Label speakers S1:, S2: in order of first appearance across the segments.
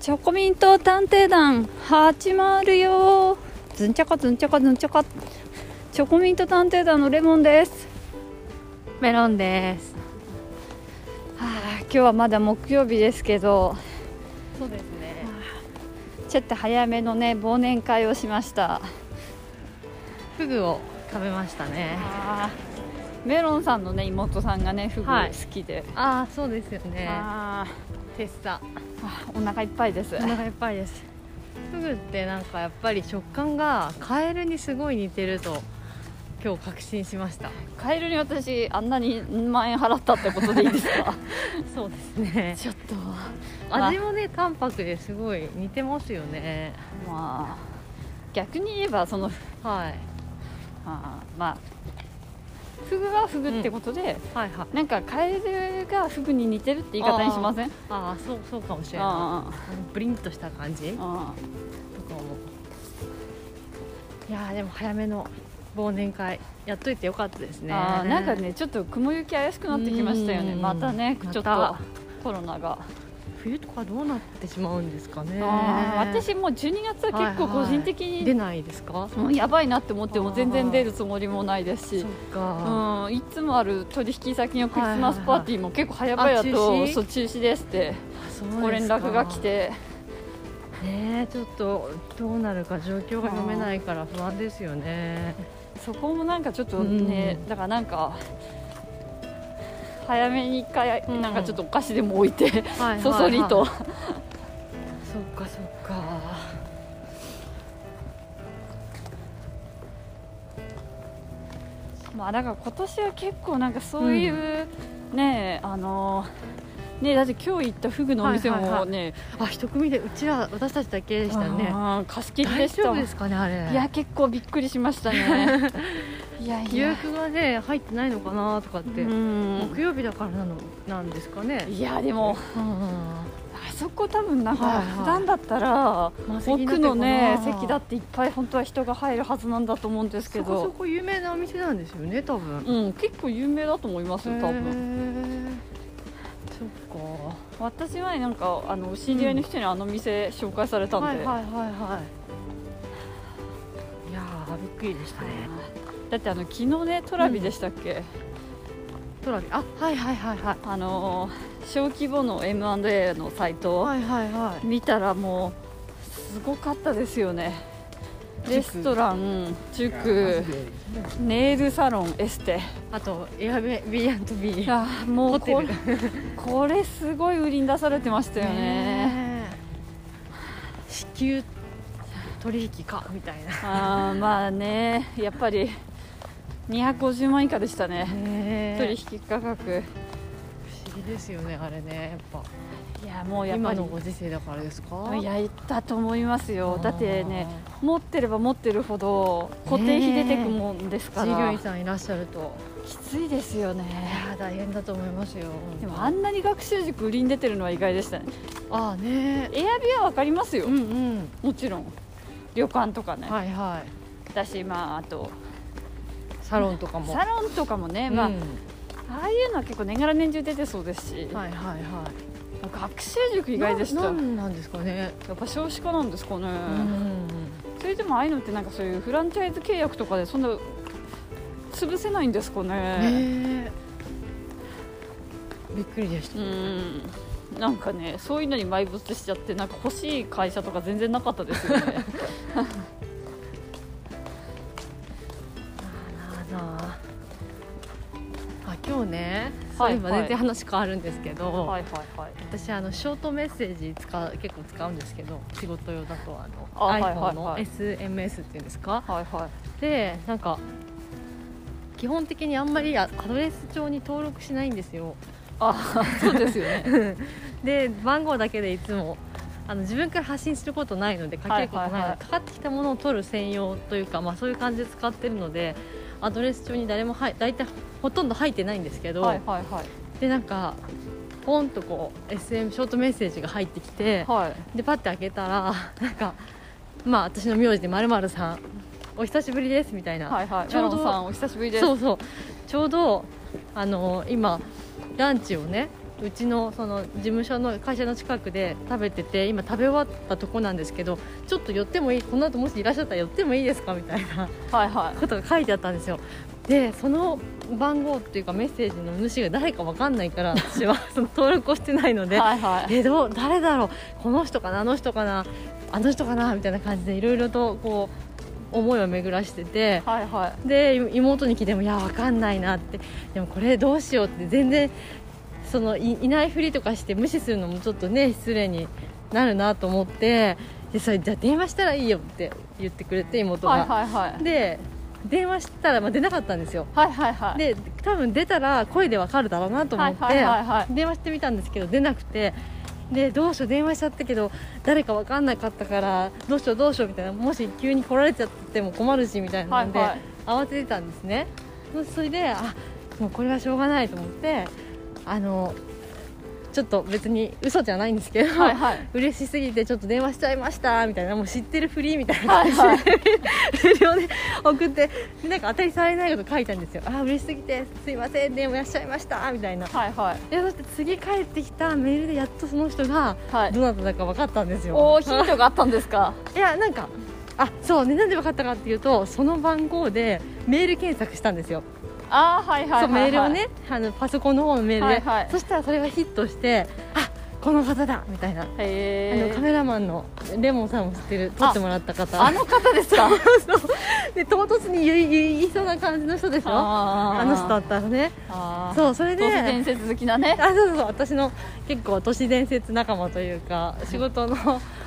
S1: チョコミント探偵団始まるよずんちゃかずんちゃかずんちゃかチョコミント探偵団のレモンです
S2: メロンです。
S1: はあ今日はまだ木曜日ですけど
S2: そうですね。
S1: ちょっと早めのね忘年会をしました
S2: フグを食べましたね。
S1: メロンさんのね妹さんがねフグ
S2: はい
S1: 好きで、
S2: ああ、そうですよね。
S1: あ
S2: テッ
S1: ー
S2: サ。
S1: あお腹いっぱいです
S2: お腹いっぱいです。フグってなんかやっぱり食感がカエルにすごい似てると今日確信しました。
S1: カエルに私あんなに2万円払ったってことでいいですか
S2: そうですね。
S1: ちょっとあ
S2: 味もね淡白ですごい似てますよね。
S1: まあ逆に言えばその
S2: はい
S1: あーまあフグはフグってことで、
S2: はいはい。
S1: なんかカエルがフグに似てるって言い方にしません
S2: ああそうそうかもしれな
S1: あ
S2: い。ブリンとした感じ
S1: ーあーあ
S2: とかもいやーでも早めの忘年会やっといてよかったです
S1: ー
S2: ね
S1: あーなんかねちょっと雲行き怪しくなってきましたよね
S2: うん
S1: またね
S2: また
S1: ちょっとコロナが、
S2: 冬とかどうなってしまうんですかね
S1: あー私もう12月は結構個人的に、
S2: 出ないですか
S1: もうやばいなって思っても全然出るつもりもないです
S2: そっ
S1: し
S2: か、
S1: うん、いつもある取引先のクリスマスパーティーも結構早々と、
S2: あ中止
S1: そう中止ですって
S2: そうですか
S1: ご連絡が来て
S2: ねえちょっとどうなるか状況が読めないから不安ですよね
S1: そこもなんかちょっとね、だからなんか早めに一回
S2: うん
S1: なんかちょっとお菓子でも置いて、
S2: はいはいはい
S1: そそりと
S2: そっかそっか
S1: まあだから今年は結構なんかそういう、ねあのねだって今日行ったフグのお店もね、
S2: はいはいあ一組でうちら私たちだけでしたね
S1: あー貸し切りで
S2: 大
S1: した
S2: 丈
S1: も
S2: 夫
S1: ん
S2: ですかねあれ
S1: いや結構びっくりしました ねいやい
S2: 予
S1: や
S2: 約がね入ってないのかなとかって、
S1: うん
S2: 木曜日だからなのなんですかね、
S1: いやでも
S2: うん
S1: あそこ多分なん
S2: はい
S1: か
S2: はい
S1: 普段だったら
S2: 満席になっ
S1: 奥
S2: てる
S1: の
S2: かな
S1: ね席だっていっぱい本当は人が入るはずなんだと思うんですけ
S2: そこそ
S1: ど
S2: こ有名なお店なんですよね多分
S1: うん結構有名だと思いますよ多分
S2: 分そっか
S1: 私前なんかあの知り合いの人にあの店紹介されたんで、
S2: はいはいはいはいいやーびっくりでしたね、
S1: だってあの昨日ねトラビでしたっけ、
S2: トラビあはいはいはいはい
S1: あのー小規模の M&A のサイトを
S2: はいはいは
S1: 見たらもうすごかったですよねレストラン塾ネイルサロンエステ
S2: あと Airbnb
S1: いやーも
S2: ホ
S1: う
S2: テ
S1: これ
S2: ル
S1: これすごい売りに出されてましたよね
S2: え 支給取引かみたいな
S1: あーまあねやっぱり250万以下でしたね
S2: ね
S1: 取引価格
S2: 不思議ですよねあれねやっぱ
S1: いやもうやっぱ
S2: 今
S1: り
S2: のご時世だからですか
S1: いやいったと思いますよだってね
S2: あ
S1: 持ってれば持ってるほど固定費出てくもんです
S2: ー
S1: か
S2: 従業
S1: ら
S2: 員さんいらっしゃると
S1: きついですよ
S2: い
S1: ね
S2: やー大変だと思いますよ
S1: でもあんなに学習塾売りに出てるのは意外でしたね
S2: ああね
S1: エアビは分かりますよ、
S2: うんうん
S1: もちろん旅館とかね、
S2: はいはい
S1: だしまああと
S2: サロンとかも
S1: サロンとかもね、
S2: うん
S1: まあ
S2: はい
S1: ああいうのは結構年がら年中出てそうですし、
S2: はいは
S1: 学習塾
S2: い
S1: 意外でした
S2: な
S1: や
S2: なんなんですかね
S1: っぱ少子化なんですかね、
S2: うん
S1: それでもああいうのってなんかそういうフランチャイズ契約とかでそんな潰せないんですかね
S2: ねえびっくりでした
S1: うんなんかねそういうのに埋没しちゃってなんか欲しい会社とか全然なかったですよ ね
S2: あなあ今日ねそ
S1: は
S2: う
S1: い
S2: いえば全然話変わるんですけど
S1: はいはいはい
S2: 私あのショートメッセージ使う結構使うんですけど仕事用だとあの
S1: あはいはい
S2: iPhone の
S1: はい
S2: SMS っていうんですか、
S1: はいはい
S2: でなんか基本的にあんまりアアドレス帳に登録しないんですよ
S1: あそうですよね
S2: で番号だけでいつもあの自分から発信することないのでかけることないの
S1: はい
S2: で、
S1: はいはい
S2: かかってきたものを取る専用というか、まあ、そういう感じで使ってるのでアドレス帳に誰もはい大体ほとんど入ってないんですけど、
S1: はいはいはい
S2: でなんかポンとこう SM ショートメッセージが入ってきて、
S1: はい
S2: でパッて開けたらなんかまあ私の名字でまるさんお久しぶりですみたいな、
S1: はいはい
S2: ちょうど
S1: メロンさんお久しぶりです
S2: そうそうちょうどあの今ランチをねうちのその事務所の会社の近くで食べてて今食べ終わったとこなんですけどちょっと寄ってもいいこの後もしいらっしゃったら寄ってもいいですかみたいな
S1: はいはい
S2: ことが書いてあったんですよでその番号っていうかメッセージの主が誰かわかんないから私は その登録をしてないので
S1: はいはい
S2: えどう誰だろうこの人かなあの人かなあの人かなみたいな感じでいろいろとこう思いを巡らしてて
S1: はいはい
S2: でい妹に聞いてもいやわかんないなってでもこれどうしようって全然そのいいないふりとかして無視するのもちょっとね失礼になるなと思ってでそれじゃあ電話したらいいよって言ってくれて妹が、
S1: はいはいはい
S2: で電話したら、まあ、出なかったんですよ
S1: はいはいはい
S2: で多分出たら声でわかるだろうなと思って、
S1: はいはいはいはい
S2: 電話してみたんですけど出なくてでどうしよう電話しちゃったけど誰かわかんなかったからどうしようどうしようみたいなもし急に来られちゃっても困るしみたいなので、
S1: はいはい
S2: 慌ててたんですねそれであもうこれはしょうがないと思ってあのちょっと別に嘘じゃないんですけど、
S1: はいはい
S2: 嬉しすぎてちょっと電話しちゃいましたみたいなもう知ってるふりみたいな
S1: はいはい
S2: メールをね送ってでなんか当たり障りないこと書いたんですよあー嬉しすぎてすいません電話しちゃいましたみたいな
S1: はいはい
S2: でそして次帰ってきたメールでやっとその人が
S1: はい
S2: どなただか分かったんですよ
S1: おおヒントがあったんですか
S2: いやなんかあそうねなんで分かったかっていうとその番号でメール検索したんですよ、
S1: ああはいはいはいはい
S2: そうメールをねあのパソコンの方のメールで、
S1: はいはい
S2: そしたらそれがヒットしてあこの方だみたいな、あ
S1: へ
S2: のカ
S1: え
S2: メラマンのレモンさんも知ってる撮ってもらった方
S1: あの方です か
S2: で唐突に言い言いそうな感じの人でしょあ
S1: あ
S2: の人だったらね
S1: あう
S2: そうそれ
S1: 都市伝
S2: で
S1: 説好きなね
S2: あそうそうそう私の結構都市伝説仲間というか仕事 の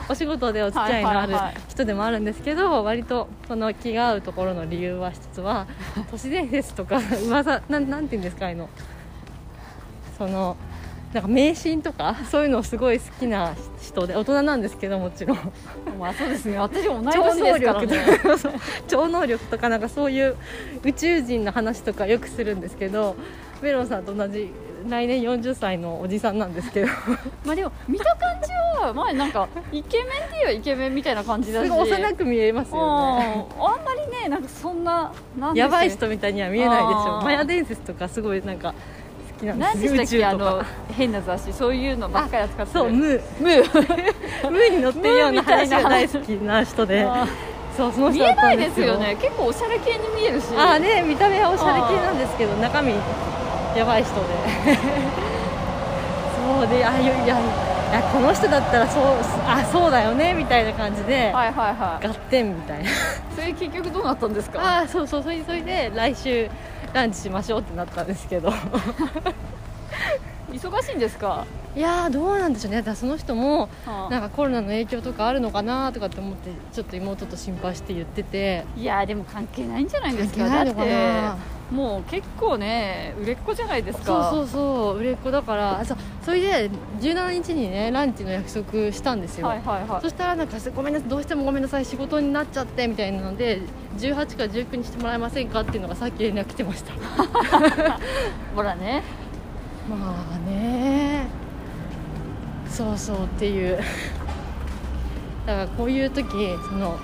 S2: お仕事でお付き合いのある
S1: はいはいはい
S2: 人でもあるんですけど、割とこの気が合うところの理由は一 つは都市伝説とか噂なんなんていうんですかあのそのなんか迷信とかそういうのすごい好きな人で大人なんですけどもちろん
S1: まあそうですね私も同い
S2: 超
S1: 年ですから
S2: 能力と
S1: ね
S2: かそう超能力とかなんかそういう宇宙人の話とかよくするんですけどメロンさんと同じ来年40歳のおじさんなんですけど
S1: まあでも見た感じは前なんかイケメンっていえばイケメンみたいな感じだし
S2: すごい幼く見えます
S1: うん
S2: よね
S1: あんまりねなんかそんななんでし
S2: や
S1: たっ
S2: ば
S1: け
S2: い人みたいには見えないでしょ
S1: あー
S2: マヤ伝説とかすごいなんか好きなん
S1: 何
S2: で
S1: ですした
S2: よ
S1: っけあ
S2: 宇宙と
S1: の
S2: か
S1: 変な雑誌そういうのばっかり扱ってる
S2: そうムームー ムーに乗ってるような話が大好きな人で
S1: あ
S2: そうその
S1: ー
S2: 人
S1: 見
S2: だ
S1: え
S2: った
S1: なんいですよね結構おしゃれ系に見えるし
S2: ああね見た目はおしゃれ系なんですけど中身やばい人で そうであいやいやいやこの人だったらそうあそうだよねみたいな感じで、
S1: はいはいは
S2: 合点みたいな
S1: いそれ結局どうなったんですか
S2: ああそうそうそれそれで来週ランチしましょうってなったんですけど
S1: 忙しいんですか
S2: いやーどうなんでしょうねだからその人も
S1: あー
S2: なんかコロナの影響とかあるのかなとかって思ってちょっと妹と心配して言ってて
S1: いやでも関係ないんじゃないですか
S2: 関係ないのかな
S1: だってもう結構ね売れっ子じゃないです
S2: そう
S1: か
S2: そううそう売れっ子だからあそうそれで17日にねランチの約束したんですよ、
S1: はいはいは
S2: そしたらなんかすごめんなさいどうしてもごめんなさい仕事になっちゃってみたいなので18か19にしてもらえませんかっていうのがさっき連絡来てました
S1: いほらね
S2: まあねそうそうっていうだからこういう時その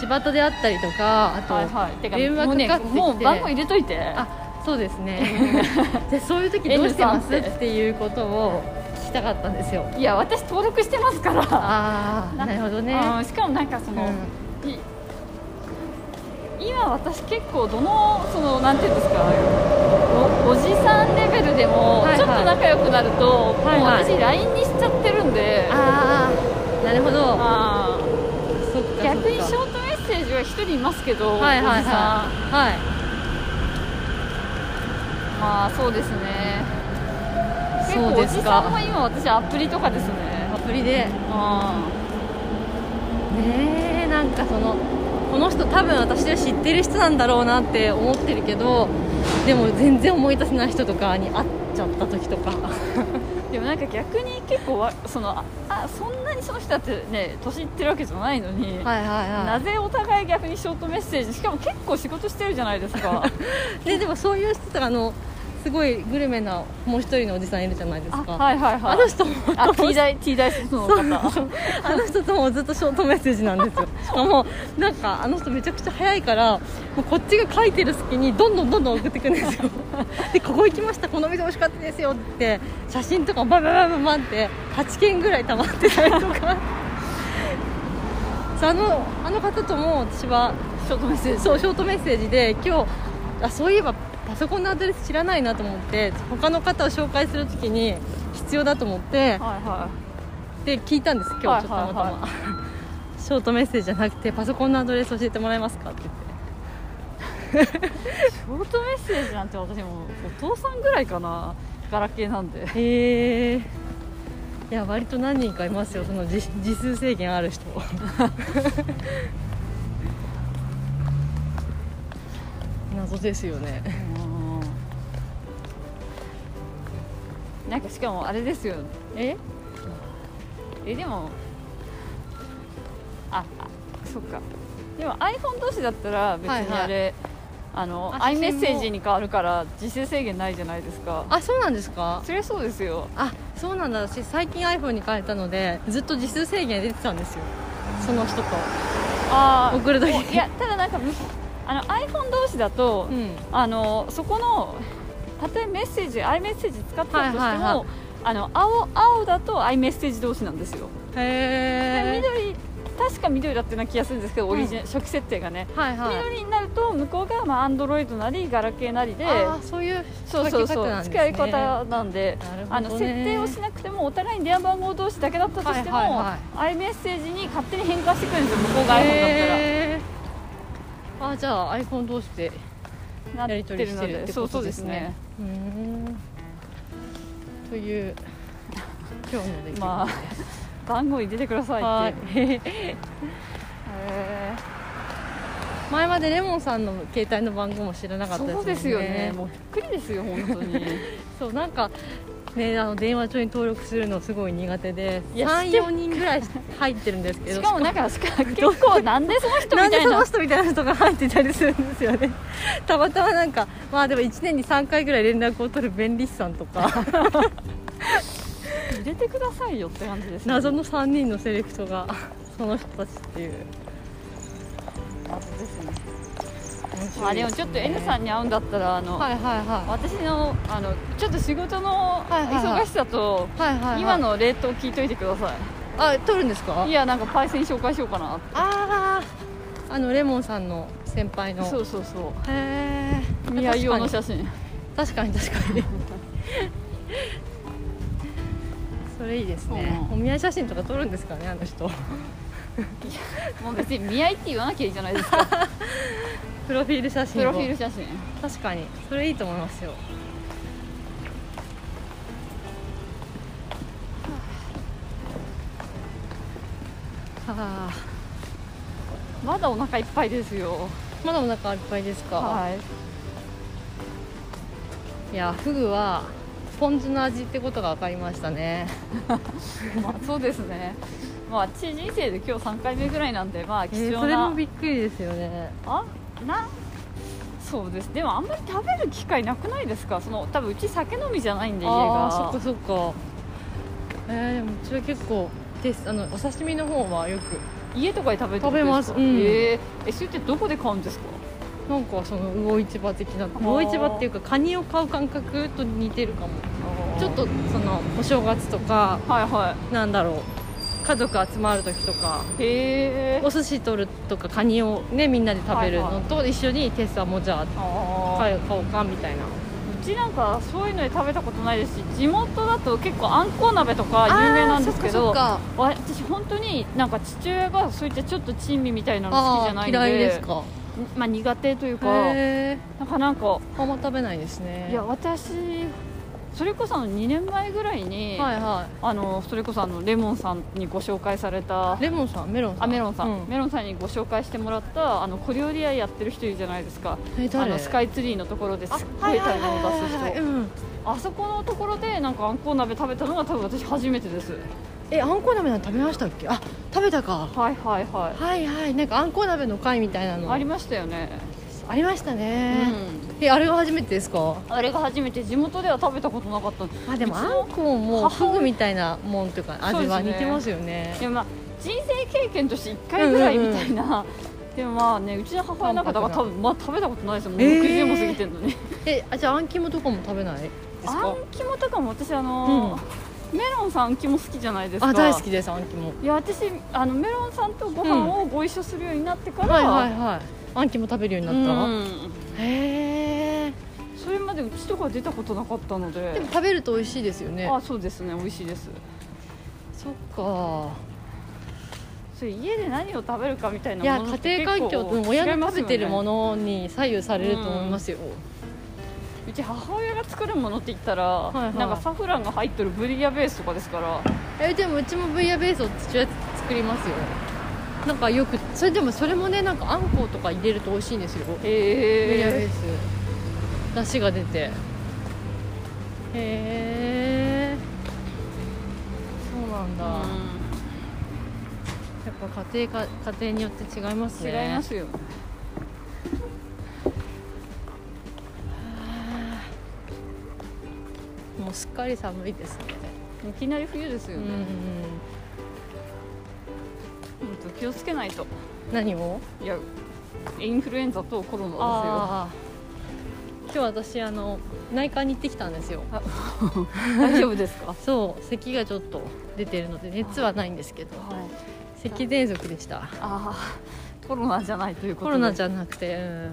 S2: 道端であったりとかあと、
S1: はいはいてか
S2: 電話
S1: もうね
S2: かかってきて
S1: もう番号入れといて
S2: あそうで すねでそういう時どうしてますっていうことを聞きたかったんですよ
S1: いや私登録してますから
S2: ああなるほどね
S1: うんしかもなんかその、
S2: うん
S1: い今私結構どのそのなんていうんですかおおじさんレベルでも
S2: はいはい
S1: ちょっと仲良くなると、
S2: はいはい
S1: もう私 LINE にしちゃってるんで、
S2: ああなるほど
S1: あ
S2: そっかそっ
S1: ー
S2: か
S1: 逆にショートメッセージは一人いますけど、
S2: はいは
S1: お
S2: い
S1: じさん
S2: はいはい
S1: まあそうですね結
S2: そう
S1: 構お
S2: で
S1: じ
S2: す
S1: さんも
S2: か
S1: 今私アプリとかですね
S2: アプリで
S1: あ
S2: ねえなんかそのこの人多分私は知ってる人なんだろうなって思ってるけどでも全然思い出せない人とかに会っちゃった時とか
S1: ーでもなんか逆に結構わそのああそんなにその人だってね年いってるわけじゃないのに、
S2: はいはい
S1: なぜお互い逆にショートメッセージしかも結構仕事してるじゃない ですか
S2: いででもそういう人とかあのすごいグルメなもう一人のおじさんいるじゃないです
S1: あ
S2: か
S1: はいはい
S2: あ
S1: はい
S2: の人も
S1: あ T 大 T 大卒の方
S2: あの人ともずっとショートメッセージなんですよしかもなんかあの人めちゃくちゃ早いからもうこっちが書いてる隙にどんどんどんどん送ってくるんですよ でここ行きましたこの店美味しかったですよって写真とかバンバンバンバンって8件ぐらい溜まってたりとかそうあのあの方とも私は
S1: ショートメッセージ
S2: そうショートメッセージで今日あそういえばパソコンのアドレス知らないなと思って他の方を紹介するときに必要だと思って
S1: はいは
S2: で聞いたんです今日ちょっとたまたま、
S1: はいはいは
S2: ショートメッセージじゃなくてパソコンのアドレス教えてもらえますかって言っ
S1: いシ
S2: て
S1: ョートメッセージなんて私もうお父さんぐらいかなガラケーなんで
S2: へえいや割と何人かいますよその時時数制限ある人 謎ですよね
S1: うんなんかしかもあれですよ
S2: え
S1: えでもああそっかでも iPhone 同士だったら別にあれ、あの
S2: あ
S1: i
S2: 写
S1: メッ
S2: 真も
S1: セージに変わるから時制制限ないじゃないですか
S2: あそうなんですか
S1: それそうですよ
S2: あそうなんだ私最近 iPhone に変えたのでずっと時数制限出てたんですよその人と
S1: あー
S2: 送る時
S1: おいやただなんかむあの iPhone 同士だと、
S2: うん
S1: あのそこのたとえメッセージ i メッセージ使ってたとしても、
S2: はいはいはい
S1: あの青青だと i メッセージ同士なんですよ
S2: へえ
S1: 緑確か緑だったような気がするんですけどオリジナ、初期設定がね
S2: はいはい
S1: 緑になると向こうがまあアンドロイドなりガラケーなりで
S2: あーそういう
S1: そうそうそう
S2: 使
S1: 使
S2: い
S1: い
S2: 方な
S1: 方なん
S2: んで
S1: で、
S2: すねなるほ
S1: あ
S2: どね
S1: の設定をしなくてもお互いに電話番号同士だけだったとしても、
S2: はいはいはい
S1: i メッセージに勝手に変換してくるんですよ向こうが iPhone だったら。
S2: へーあじゃあ iPhone 同士で
S1: な
S2: やり取りしてるってことですね。うーんという今日の出来事です、
S1: まあ 番号に出てください
S2: は
S1: っ
S2: い
S1: ていう。へ
S2: 前までレモンさんの携帯の番号も知らなか
S1: ー
S2: った
S1: そう
S2: ですもんね
S1: ですよね。もうびっくりですよ本 当に。
S2: そうなんかねあの電話帳に登録するのすごい苦手で
S1: いや知って
S2: 34人ぐらい入ってるんですけど
S1: しかもなんかしか結構なんでその人み
S2: なんで
S1: たい
S2: その
S1: な。
S2: 人みたいな人が入ってたりするんですよねたまたまなんかまあでも1年に3回ぐらい連絡を取る便利士さんとか
S1: 入れてくださいよって感じです、ね。
S2: 謎の3人のセレクトがその人たちっていう
S1: 謎ですね。
S2: 面白いすね
S1: まあでもちょっと N さんに会うんだったらあの、
S2: はいはいは
S1: 私のあのちょっと仕事の
S2: いはいはい
S1: 忙しさと。
S2: いはいはいはい
S1: 今の冷凍聞いといてくださ
S2: あ取るんですか
S1: い。いやなんかパイセン紹介しようかなって。
S2: あああのレモンさんの先輩の
S1: そううそうそ
S2: へえ
S1: う。見合い用の写真。
S2: 確かに確かに それいいですね、
S1: うん
S2: お見合い写真とか撮るんですかねあの人
S1: もう別に見合いって言わなきゃいいじゃないです か。
S2: プロフィール写真
S1: プロ
S2: を
S1: フィール写真。
S2: 確かにそれいいと思いますよはあ
S1: まだお腹いっぱいですよ。
S2: まだお腹いっぱいですか、
S1: はい。
S2: い、やフグはポン酢の味ってことが分かりましたね
S1: まあそうですね。まあ私人生で今日3回目ぐらいなんでまあ貴
S2: えー
S1: 重
S2: それ
S1: な
S2: も。びっくりですよね
S1: あな。そうです。でもあんまり食べる機会なくないですか。その多分うち酒飲みじゃないんで家
S2: ああ
S1: が
S2: ー。そっかそっかえー、でもうちは結構ですあのお刺身の方はよく
S1: 家とかで食べるってこと
S2: 食べます
S1: か
S2: うん
S1: えーえそれってどこで買うんですか。
S2: なんかその魚市場的な魚市場っていうかカニを買う感覚と似てるかもちょっとそのお正月とか
S1: はいは
S2: なんだろう家族集まる時とか
S1: い。へえ。
S2: お寿司取るとかカニをねみんなで食べる
S1: はい
S2: の
S1: は
S2: と一緒にテッサもじゃあ
S1: あー
S2: 買おうかみたいな
S1: うちなんかそういうので食べたことないですし地元だと結構あんこう鍋とか有名なんですけど
S2: あ
S1: わ私本当になんか父親がそういったちょっと珍味みたいなの好きじゃないんで
S2: 嫌いですか
S1: まあ、苦手というか
S2: へえ
S1: なんかなんか
S2: あんま食べないですね
S1: いや私それこそあの2年前ぐらいに、
S2: はいは
S1: あのそれこそあのレモンさんにご紹介された
S2: いレモンさんメロンさん
S1: あメロンさん、
S2: う
S1: メロンさんにご紹介してもらったあの小料理屋やってる人いるじゃないですか
S2: え
S1: あ
S2: 誰
S1: のスカイツリーのところですっごい食べ物出す人
S2: はいはいはいはいうん
S1: あそこのところでなんかあんこう鍋食べたのが多分私初めてです
S2: えあんこ鍋なんて食べましたっけあ食べたか
S1: はいはいはい
S2: はいはいなんかあんこ鍋の会みたいなの
S1: ありましたよね、
S2: ありましたね、えあれが初めてですか
S1: うん、あれが初めて地元では食べたことなかったんで
S2: あでも
S1: うち
S2: あ
S1: の
S2: んこも
S1: 母
S2: フ
S1: 親
S2: グみたいなもんというか味は
S1: そうで
S2: 似
S1: すね
S2: てますよね
S1: でもまあ人生経験として1回ぐらいみたいな、でもまあねうちの母親なんかだから多分、まあ、食べたことないですよもう
S2: えー
S1: 60も過ぎてるのに、
S2: えあじゃああん肝とかも食べないで
S1: あ
S2: すか
S1: ん肝とかも私あの、メロンさんあん肝好きじゃないですか
S2: あ大好きですあん肝
S1: いや私あのメロンさんとご飯をご一緒するようになってから、
S2: はいはいはいあん肝食べるようになった、
S1: うん
S2: へえ
S1: それまでうちとか出たことなかったので
S2: でも食べると美味しいですよね
S1: あそうですね美味しいです
S2: そっか
S1: それ家で何を食べるかみたいない
S2: や
S1: もの
S2: 家庭環境
S1: と
S2: と親の食べてるものに左右されると思いますよ、
S1: うち母親が作るものって言ったら、
S2: いはい
S1: なんかサフランが入ってるブリアベースとかですから
S2: えでもうちもブイヤベースを父親作りますよなんかよくそれでもそれもねなんかあんことか入れると美味しいんですよブイヤベ
S1: へ
S2: ース出汁が出てへえそうなんだ、
S1: ー
S2: やっぱ家庭か家庭によって違います
S1: うん、
S2: ね
S1: 違いますよ
S2: もうすっかり寒いですね
S1: いきなり冬です
S2: う
S1: よ
S2: ん、
S1: ね、ほんと気をつけないと
S2: 何を
S1: いやインフルエンザとコロナですよ
S2: あー今日私あの内科に行ってきたんですよ
S1: 大丈夫ですか
S2: そう咳がちょっと出てるので熱はないんですけど
S1: はい
S2: 咳喘息でした
S1: ああコロナじゃないということ
S2: コ
S1: で
S2: ロナじゃなくてうん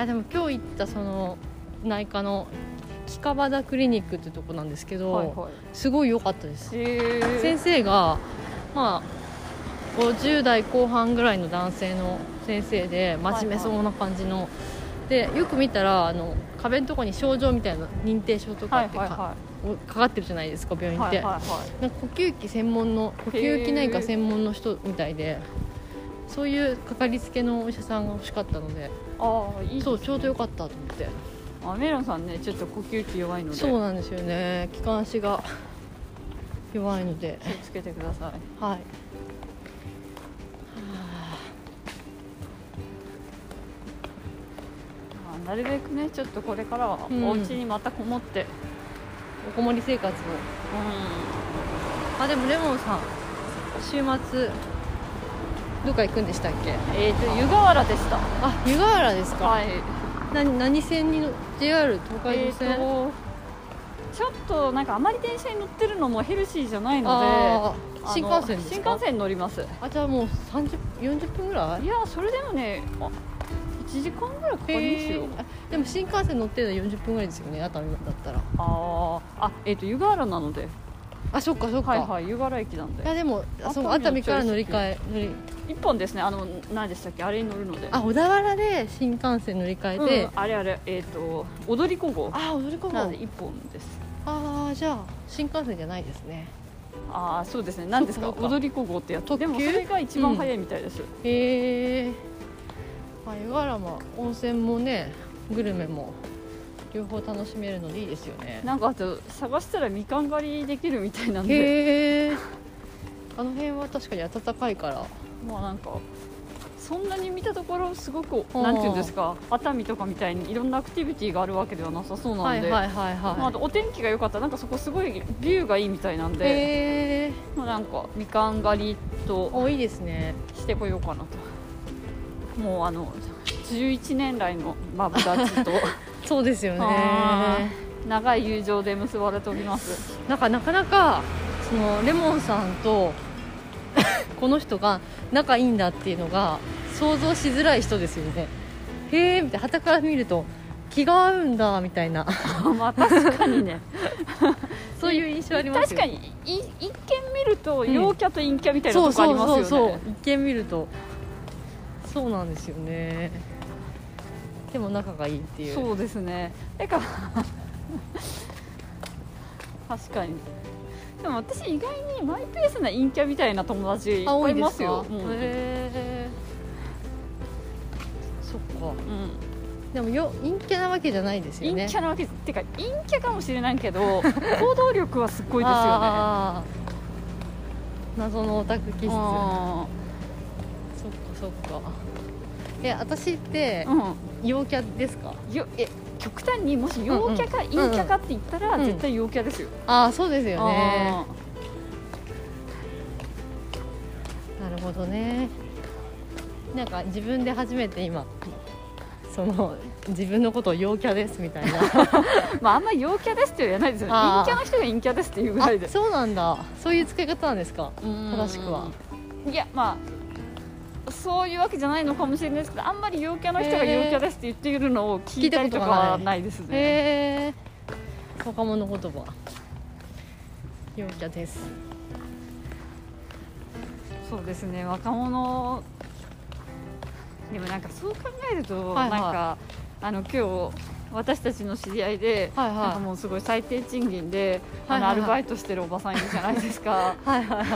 S2: あでも今日行ったその内科の近場田クリニックってとこなんですけど、
S1: はいはい
S2: すごい良かったです
S1: へ
S2: 先
S1: ー
S2: 生がまあ50代後半ぐらいの男性の先生で真面目そうな感じの、でよく見たらあの壁のとこに症状みたいな認定症とか
S1: はい
S2: ってか,、
S1: はいはい
S2: かかってるじゃないですか病院っ
S1: は
S2: て、
S1: いはいは
S2: なんか呼吸器専門の呼吸器内科専門の人みたいでそういうかかりつけのお医者さんが欲しかったので
S1: いああいいです
S2: そうちょうどよかったと思って
S1: あメロンさんねちょっと呼吸器弱いので
S2: そうなんですよね気管支が弱いので
S1: 気をつけてください
S2: はい。は
S1: まあなるべくねちょっとこれからは
S2: うん
S1: お家にまたこもって、
S2: あおこもり生活をあでもレモンさん週末どっか行くんでしたっけ
S1: えっ、と湯河原でした
S2: あ湯河原ですか、
S1: はい
S2: な何線にの JR 東海
S1: え
S2: 道
S1: っ、
S2: 線、
S1: とちょっとなんかあまり電車に乗ってるのもヘルシーじゃないので
S2: あ
S1: あ
S2: あ
S1: の
S2: 新幹線ですか
S1: 新幹線乗ります
S2: あじゃあもう30 40分ぐらい
S1: いやそれでもねあ1時間ぐらいかかりますよ
S2: へーあでも新幹線乗ってるのは40分ぐらいですよね熱海だったら
S1: あーあえっ、と湯河原なので
S2: あそっかそっか、
S1: はいいはい湯河原駅なん
S2: や
S1: で
S2: でも
S1: 熱海
S2: そ
S1: の
S2: の熱海から乗り換え乗り
S1: 1本ですねあの何でしたっけあれに乗るので
S2: あ小田原で新幹線乗り換えて、
S1: うんあれあれえっ、と踊り子号
S2: あ踊り子
S1: な
S2: も
S1: ので1本です
S2: ああじゃあ新幹線じゃないですね
S1: ああそうですね何ですか
S2: そっかそっか
S1: 踊り子号ってやつ
S2: 特
S1: で
S2: 急
S1: もそれが一番早いみたいです、
S2: へえ湯河原も温泉もねグルメも両方楽しめるのでいいですよね
S1: なんかあと探したらみかん狩りできるみたいなんで
S2: へえあの辺は確かに暖かいから
S1: まあなんかそんなに見たところすごく
S2: うん
S1: なんていうんですか熱海とかみたいにいろんなアクティビティがあるわけではなさそうな
S2: は
S1: ん
S2: いは
S1: で、
S2: いはいはい、
S1: まあ、あとお天気が良かったらなんかそこすごいビューがいいみたいなんで、
S2: へえ
S1: まあ、なんかみかん狩りと
S2: おいいですね
S1: してこようかなともうあの11年来のマブダチ と
S2: そうですよね
S1: あ長い友情で結ばれております
S2: なんかなかなかそのレモンさんと この人が仲いいんだっていうのが想像しづらい人ですよねへえみたいな傍から見ると気が合うんだみたいな
S1: まあ確かにね
S2: そういう印象あります
S1: 確
S2: よ
S1: かにい一見見ると
S2: ん
S1: 陽キャと陰キャみたいなと
S2: そう
S1: こあり
S2: そう
S1: ま
S2: そう
S1: すよ
S2: そう
S1: ね
S2: 一見見るとそうなんですよねでも仲がいいっていう
S1: そうですねてか 確かにでも私意外にマイペースな陰キャみたいな友達いっ
S2: あ多
S1: ぱい
S2: い
S1: い
S2: で
S1: ますす
S2: か
S1: ようん
S2: へえそっか
S1: うん
S2: でもよ陰キャなわけじゃないですよね
S1: 陰キャなわけてか陰キャかもしれないけ ど行動力はすっごいですよね
S2: あー謎のオタク気質そっか
S1: あ
S2: そっかえ私って
S1: ーうん
S2: 陽キャですか
S1: よえ極端にもし陽キャか陰キャかって言ったら
S2: うんうん
S1: 絶対陽キャですよ
S2: ああそうですよね
S1: あ
S2: なるほどねなんか自分で初めて今その自分のことを陽キャですみたいな
S1: まあ、あんまり陽キャですって言わないですよね
S2: あー
S1: 陰キャの人が陰キャですっていうぐらいで
S2: あそうなんだそういう使い方なんですか
S1: 正
S2: 正しくはい
S1: やまあそういうわけじゃないのかもしれないですけどあんまり陽キャの人が陽キャですって言っているのを聞いたりとかはないですね、
S2: へえ若者言葉陽キャです
S1: そうですね若者でもなんかそう考えると、
S2: はいはい
S1: なんかあの今日私たちの知り合いで、
S2: はいはい
S1: なんかもうすごい最低賃金で、
S2: はいはいはい
S1: あのアルバイトしてるおばさんいるじゃないですか
S2: はいはいはい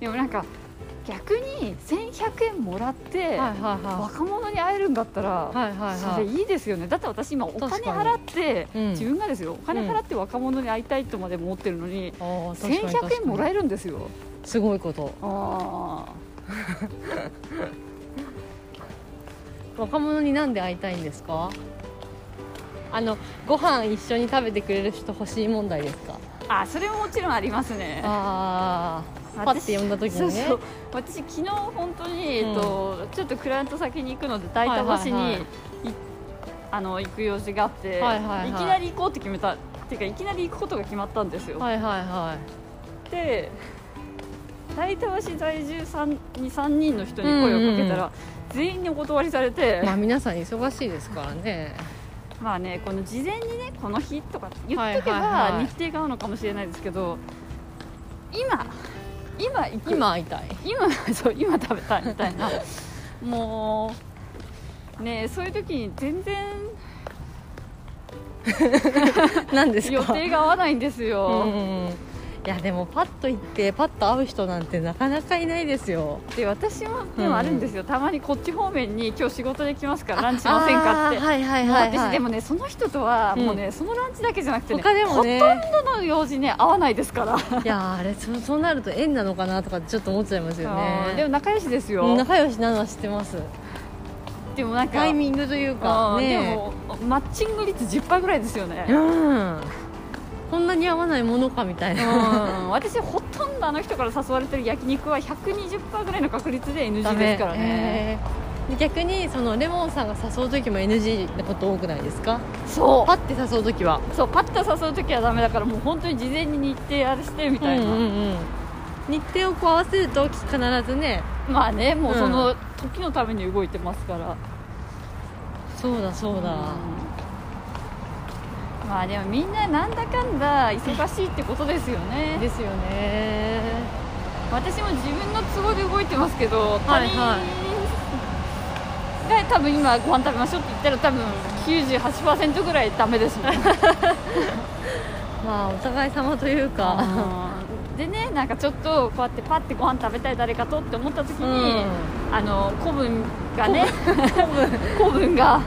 S1: でもなんか逆に1100円もらって、
S2: はいはいは
S1: 若者に会えるんだったら、
S2: いはいはい
S1: そ
S2: は
S1: れ
S2: い
S1: いいですよねだって私今お金
S2: 確かに
S1: 払って、
S2: うん
S1: 自分がですよお金払って若者に会いたいとまで思ってるのに、
S2: あー確かに
S1: 1100円もら
S2: え
S1: えるんですよ
S2: すごいこと
S1: あ
S2: 若者になんで会いたいんですかあのご飯一緒に食べてくれる人欲しい問題ですか
S1: ーあそれももちろんありますね
S2: ああパ
S1: 私
S2: ッて呼んだ時にね
S1: そうそう私昨日本当に、えっとちょっとクライアント先に行くので代田橋に、
S2: はいはいはい
S1: いあの行く用事があって、
S2: はいはいはい
S1: きなり行こうって決めたっていうかいきなり行くことが決まったんですよ、
S2: はいはいは
S1: で大田橋在住さんに3人の人に声をかけたら、全員にお断りされて、
S2: いまあ皆さん忙しいですからね
S1: まあねこの事前にねこの日とかって言っとけ
S2: はいはいは
S1: ば
S2: い
S1: 日程が合うのかもしれないですけど、今今行く
S2: 今会いたい
S1: 今 そう今食べたいみたいなもうねそういう時に全然
S2: 何ですか
S1: 予定が合わないんですよ、
S2: うんいやでもパッと行ってパッと会う人なんてなかなかいないですよ
S1: で私もでもあるんですよ、たまにこっち方面に今日仕事で来ますからランチしませんかって
S2: あーはいはい
S1: もう
S2: はい、はい、
S1: 私でもねその人とは
S2: うん
S1: もうね、そのランチだけじゃなくて、ね、
S2: 他でもね
S1: ほとんどの用事ね合わないですから、
S2: いやあれそそうなると縁なのかなとかちょっと思っちゃいますよ
S1: あーでも
S2: ね
S1: 仲良しです
S2: うん
S1: よ
S2: 仲良しなのは知ってます
S1: でもなんか
S2: タイミングというか
S1: うんで
S2: ね
S1: もマッチング率10%ぐらいですよね
S2: うんこんなに合わないものかみたい
S1: うん
S2: な
S1: 私ほとんどあの人から誘われてる焼肉は120%ぐらいの確率で NG ですからね、
S2: えーで逆にそのレモンさんが誘う時も NG なこと多くないですか
S1: そ
S2: パッて誘う時は
S1: うそうパッと誘う時はダメだからもう本当に事前に日程あれしてみたいな、
S2: うんうんうん日程をこう合わせると必ずね
S1: まあねもうそ
S2: うん
S1: の時のために動いてますから、
S2: そうだそうだ、
S1: うんまあでもみんななんだかんだ忙しいってことですよね
S2: ですよね
S1: 私も自分の都合で動いてますけど他
S2: はい
S1: 人
S2: は
S1: が多分今ご飯食べましょうって言ったら多分98%ぐらいダメですもん
S2: まあお互い様というか
S1: うん でねなんかちょっとこうやってパッてご飯食べたい誰かとって思った時に、あの古文がね 古文が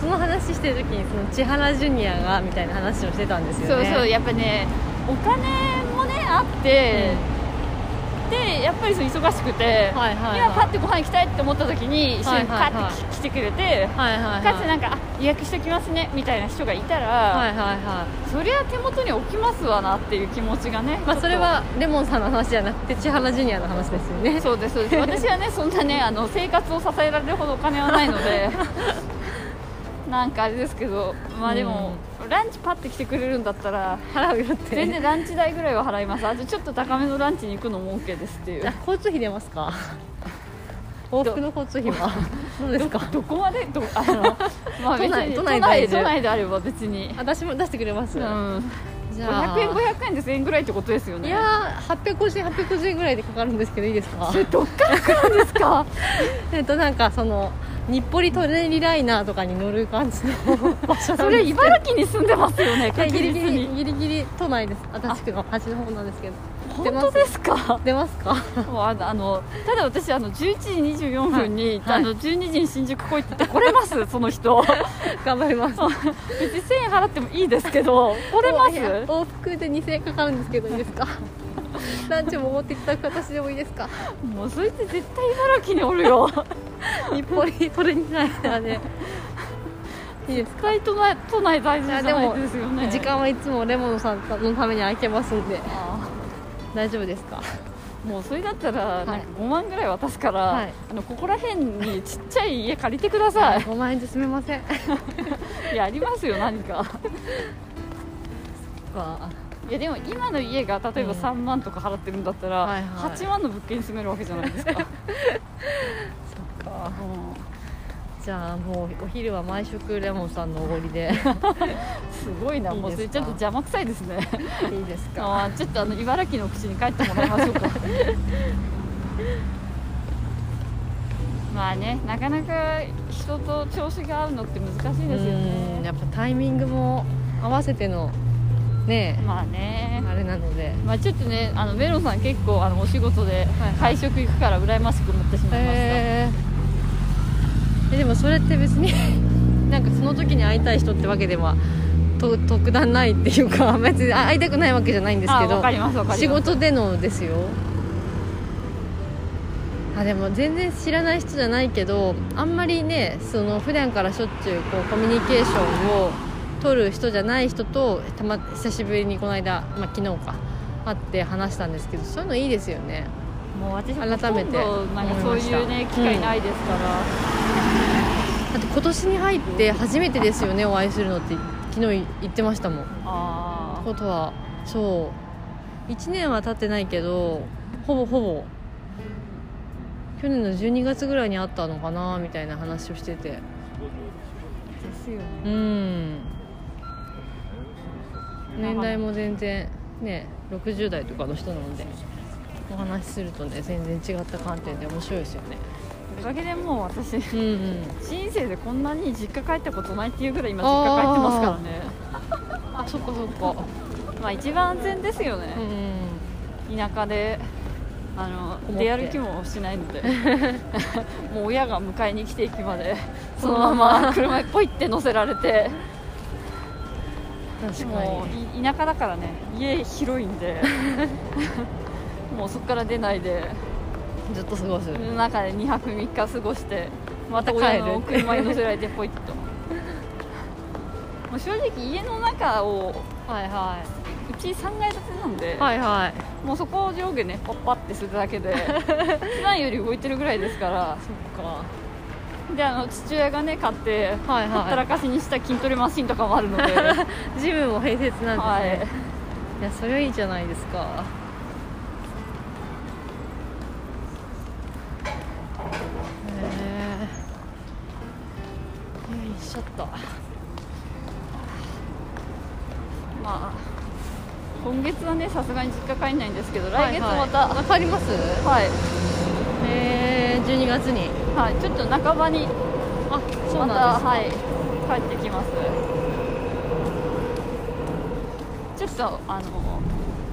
S2: その話してる時にその千原ジュニアがみたいな話をしてたんですよ
S1: そう
S2: ね
S1: そうやっぱねお金もねあって、でやっぱりその忙しくて、
S2: はいはいはい
S1: 今パッてご飯行きたいって思った時に一緒にパ
S2: はいはいはい
S1: ッてき来てくれて、
S2: はいはいはい
S1: かつなんかあ予約しておきますねみたいな人がいたら、
S2: はいはいはい
S1: そりゃ手元に置きますわなっていう気持ちがね、
S2: ま
S1: ちょっと
S2: あそれはレモンさんの話じゃなくて千原ジュニアの話ですよね
S1: そうですそうで す私はねそんなねあの生活を支えられるほどお金はないの でなんかあれですけどまあでも、ランチパッて来てくれるんだった ら
S2: 払うよって
S1: 全然ランチ代ぐらいは払いますあとちょっと高めのランチに行くのも OK ですって いう
S2: あ交通費出ますか 往復の交通費 はどうですか
S1: どこまでどあ の、まあ、
S2: 都
S1: 別
S2: 内
S1: に
S2: 都
S1: 都内
S2: 内在住
S1: 都内であれば別に、
S2: 私も出してくれます、
S1: うん、
S2: じゃあ
S1: 500円500円で1000円ぐらいってことですよね
S2: いやー850円850円ぐらいでかかるんですけどいいですか
S1: それどっから来るんですか
S2: えっとなんかその日暮里トレリライナーとかに乗る感じの場所な
S1: そ
S2: んで
S1: れ
S2: す
S1: 茨城に住んでますよね
S2: いや
S1: 確
S2: ギリギ
S1: 実
S2: リ
S1: に
S2: ギリギリ都内です私区の端の方なんですけど出
S1: 本
S2: ま
S1: 当
S2: す
S1: ですか
S2: 出ますか
S1: もうあのあのただ私あの11時24分に、
S2: はいはい
S1: あの12時に新宿来いって言って来れ ますその人
S2: 頑張ります
S1: 別に1000円払ってもいいですけど来れま
S2: いや
S1: す
S2: 往復で2000円かかるんですけどいいです かランチも持っていただく私でもいいですか
S1: もうそいつ絶対茨城におる よ
S2: 日暮里トレリライナーでいいです
S1: 絶
S2: か
S1: 対都内都内在住じゃ
S2: いやで
S1: な
S2: も
S1: いですよね
S2: 時間はいつもレモンさんのために空いてますんで
S1: あ
S2: 大丈夫ですか
S1: ーもうそれだったら
S2: い
S1: なんか5万ぐらい渡すから、
S2: はい
S1: あのここら辺にちっちゃい家借りてください
S2: 5万円で済めませ
S1: い
S2: ん
S1: やありますよ何かいやでも今の家が例えば
S2: うん
S1: 3万とか払ってるんだったら、
S2: はいはい
S1: 8万の物件に住めるわけじゃないですか、
S2: そっか
S1: うん
S2: じゃあもうお昼は毎食レモンさんのおごりで
S1: すごいな、
S2: いい
S1: もうそれ
S2: です
S1: ち
S2: か
S1: ょっと邪魔くさいですね。
S2: いいですか
S1: あーちょっとあの茨城の口に帰ってもらいましょうか。 まあね、なかなか人と調子が合うのって難しいですよ
S2: うん
S1: ね。
S2: やっぱタイミングも合わせてのね
S1: まあね、
S2: あれなので
S1: まあちょっとね、あのメロンさん結構あのお仕事で会食行くから羨ましく思ってしまいました。
S2: へえでもそれって別に なんかその時に会いたい人ってわけではと特段ないっていうか 別にあ会いたくないわけじゃないんです
S1: あ
S2: け
S1: ーわ
S2: ど
S1: かりますわかり
S2: 仕
S1: ます。
S2: 事でのですよあでも全然知らない人じゃないけどあんまりねその普段からしょっちゅうこうコミュニケーションを取る人じゃない人とたま久しぶりにこの間、まあ、昨日か会って話したんですけどそういうのいいですよね
S1: もう私
S2: 改
S1: ほと
S2: め
S1: ん
S2: て
S1: どなんかそういうね機会ないですから。
S2: だって今年に入って初めてですよねお会いするのって昨日言ってましたもん
S1: ああ。
S2: ことはそう1年は経ってないけどほぼほぼ去年の12月ぐらいにあったのかなみたいな話をしてて
S1: ですよね。
S2: うん年代も全然ね60代とかの人なのでお話しするとね全然違った観点で面白いですよね
S1: おかげでもう私。
S2: うんうん
S1: 人生でこんなに実家帰ったことないっていうぐらい今実家帰ってますからね
S2: あそっかそっか
S1: まあ一番安全ですよね
S2: うん、うん
S1: 田舎であ
S2: こもっ
S1: の
S2: て
S1: 出歩きもしないの でもう親が迎えに来て行きまでそのまま車にポイって乗せられて
S2: 確か
S1: も
S2: に
S1: うい田舎だからね家広いん でもうそこから出ないで
S2: ずっと過ごす
S1: 中で2泊3日過ごしてまた
S2: また帰
S1: 親
S2: る
S1: の車に乗せられてポイッ ともう正直家の中を
S2: はいは
S1: うち3階建てなんで、
S2: いはいはい
S1: もうそこを上下ねパッパってするだけ で普段より動いてるぐらいですから
S2: そっか
S1: であの父親がね買ってほっ
S2: はい
S1: たら
S2: は
S1: かしにした筋トレマシンとかもあるの で
S2: いジムも併設なん
S1: は
S2: ですね、
S1: い
S2: いやそれはいいじゃないですかへえよいしょっと
S1: まあ今月はねさすがに実家帰んないんですけど
S2: はい
S1: 来月
S2: はい
S1: また
S2: わかります
S1: はい、
S2: へえ12月に
S1: はいちょっと半ばに
S2: あそ
S1: ま
S2: う
S1: た
S2: なんです
S1: はい帰ってきますちょっとあの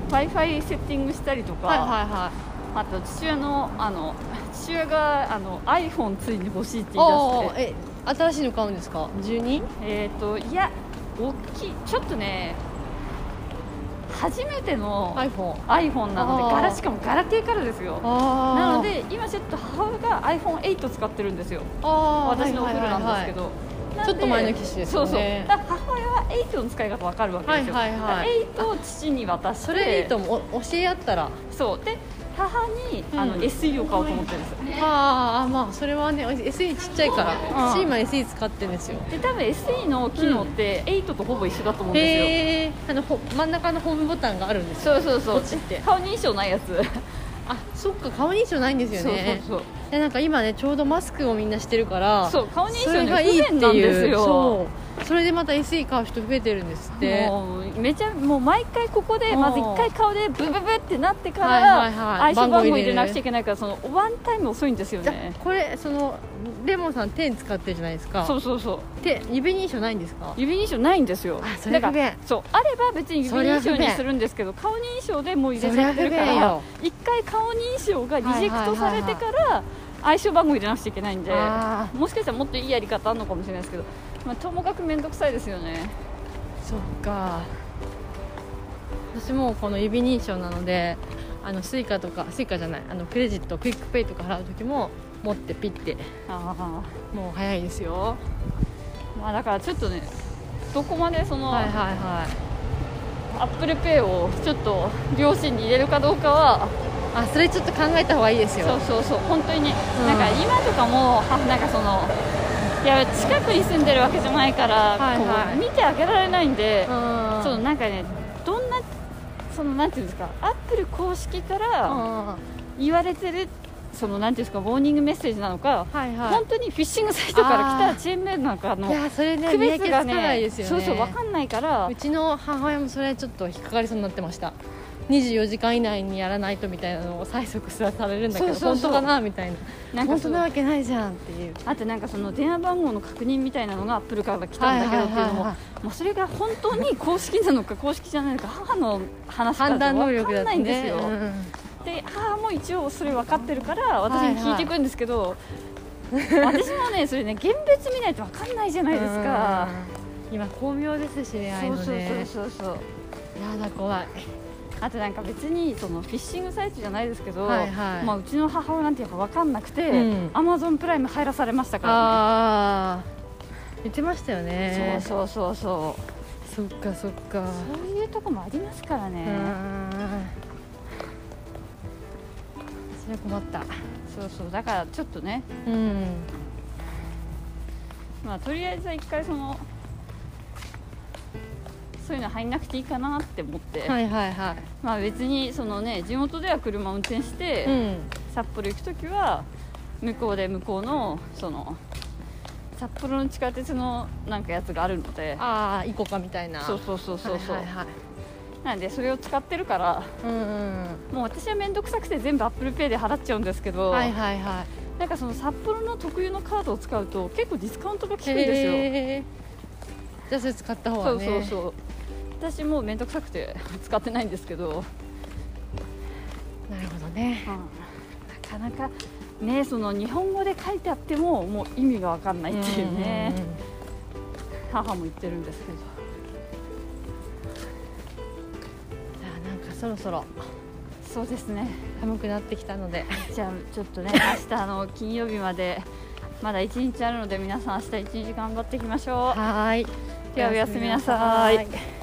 S1: w i f i セッティングしたりとか、
S2: はいはいは
S1: あと父親のあの父親があの iPhone ついに欲しいって
S2: い
S1: 言い出
S2: お
S1: し
S2: ー
S1: て
S2: え新しいの買うんですか 12?
S1: えっ、といや大きいちょっとね初めての
S2: iPhone
S1: iPhone なので
S2: あー
S1: ガラしかもガラケーからですよ
S2: あ
S1: なので今ちょっと母親が iPhone8 使ってるんですよ私
S2: 私
S1: のお風呂なんですけど、なん
S2: ちょっと前の機種ですよね
S1: そうそうだから母親は8の使い方わかるわけですよ、
S2: はいはいはい
S1: 8を父に渡して
S2: それいいと思うお教え合ったら
S1: そうで母にあの、
S2: うん
S1: SE を買おうと思ってるんですよ
S2: ああまあそれはね SE ちっちゃいから
S1: うん
S2: 私今 SE 使ってるんですよ
S1: で多分 SE の機能って8とほぼ一緒だと思うんですよ、
S2: へえあのほ真ん中のホームボタンがあるんですよ
S1: そうそうそう
S2: ポチって
S1: 顔認証ないやつ
S2: あそっか顔認証ないんですよね
S1: そうそう
S2: いやなんか今ねちょうどマスクをみんなしてるから
S1: そうそう顔認
S2: そ
S1: 証
S2: れ
S1: の
S2: がいいっ
S1: 不
S2: て
S1: 便なんです
S2: いう
S1: よ
S2: そうそれでまた SE 買う人増えてるんですって
S1: もうめちゃもう毎回ここで
S2: うん
S1: まず1回顔でブブブってなってか
S2: はいはい
S1: ら
S2: はい
S1: 暗証番
S2: 番
S1: 号
S2: 号
S1: 入
S2: 入
S1: れ
S2: れ
S1: なくちゃいけないからそのワンタイム遅いんですよ
S2: じゃ
S1: ね
S2: これそのレモンさん10使ってるじゃないですか
S1: そうそうそう
S2: 手指認証ないんですか
S1: 指認証ないんですよ
S2: あそれ不便
S1: だからそうあれば別に指
S2: そりゃ
S1: 認
S2: 不
S1: 証
S2: 便
S1: にするんですけど顔認証でもう入れちゃってるか
S2: そりゃ不便
S1: ら
S2: よ
S1: 一回顔認証がリジェクトされてから暗証番号入れなくちゃいけないんで
S2: あ
S1: もしかしたらもっといいやり方あるのかもしれないですけど、まあ、ともかく面倒くさいですよね
S2: ーそっか私もうこの指認証なのであのスイカとかスイカじゃないあのクレジットクイックペイとか払う時も持ってピッて
S1: ああ
S2: もう早いですよ
S1: よ、まあ、だからちょっとねどこまでその
S2: はいはい
S1: ア
S2: はい
S1: ップルペイをちょっと両親に入れるかどうかは
S2: あそれちょっと考えた方がいいですよ
S1: そうそうそう本当にね、
S2: うん
S1: なんか今とかもはなんかそのいや近くに住んでるわけじゃないから、
S2: はいはい
S1: こう見てあげられないんで、
S2: ん
S1: そうなんかねどんなそのなんていうんですかアップル公式から
S2: は
S1: 言われてるそのなんていうんですかモーニングメッセージなのか、
S2: い
S1: 本
S2: は
S1: 当にフィッシングサイトから来たチームメイトなんか
S2: い
S1: の
S2: いやそれね
S1: 区
S2: 見分
S1: 別
S2: けつ
S1: が
S2: か
S1: ね
S2: ないですよね
S1: そうそうわかんないから
S2: うちの母親もそれちょっと引っかかりそうになってました24時間以内にやらないとみたいなのを催促すらされるんだけど
S1: そうそうそう
S2: 本当かなみたいな
S1: なんか
S2: 本当
S1: そう
S2: なわけないじゃんっていう
S1: あとなんかその電話番号の確認みたいなのがアップルから来たんだけどっていうのも、
S2: はいはいはいはい
S1: もうそれが本当に公式なのか公式じゃないのか母の話から
S2: 判断能力だ
S1: 分かん
S2: っ
S1: な
S2: て
S1: いんです
S2: ね
S1: よ、で母も一応それ分かってるから私に聞いていくんですけ ど、私もねそれね現別見ないと分かんないじゃないですか、
S2: うん今巧妙ですしねああい
S1: そ
S2: う
S1: う
S2: の
S1: そう
S2: ね
S1: そうそうそう
S2: やだ怖い
S1: あとなんか別にそのフィッシングサイトじゃないですけど、
S2: はいはい
S1: まあ、うちの母親なんてやっぱ分かんなくて、
S2: うん
S1: アマゾンプライム入らされましたか
S2: ああ言ってましたよ
S1: らね、
S2: ね
S1: そうそうそうそう
S2: そっかそっか
S1: そういうとこもありますから
S2: う
S1: ね、
S2: んそれは困った
S1: そうそうだからちょっとね、
S2: うん
S1: まあ、とりあえずは一回そのそういうの入んなくていいかなって思って、
S2: はいはいは
S1: まあ別にそのね地元では車運転して、
S2: いうん
S1: 札幌行く時は向こうで向こうのその札幌の地下鉄のなんかやつがあるので
S2: ああ行こうかみたいな
S1: そうそうそうそうそう、
S2: はいはいはい
S1: なんでそれを使ってるから
S2: うん
S1: もう私は面倒くさくて全部アップルペイで払っちゃうんですけ
S2: う
S1: ど、
S2: んはいはいはい
S1: なんかその札幌の特有のカードを使うと結構ディスカウントが効くんですよ
S2: へえじゃあそれ使った方
S1: そ
S2: が
S1: う
S2: ね
S1: そうそう私もう面倒くさくて使ってないんですけど、
S2: なるほどね
S1: なかなかねその日本語で書いてあってももう意味がわかんないっていうね、
S2: んうんうん
S1: 母も言ってるんですけど
S2: じゃあなんかそろそろ
S1: そうですね
S2: 寒くなってきた ので
S1: じゃあちょっ とね明日の金曜日までまだ一日あるので皆さん明日一日頑張っていきましょう
S2: はーい
S1: ではおやすみなさい
S2: おやすみなさい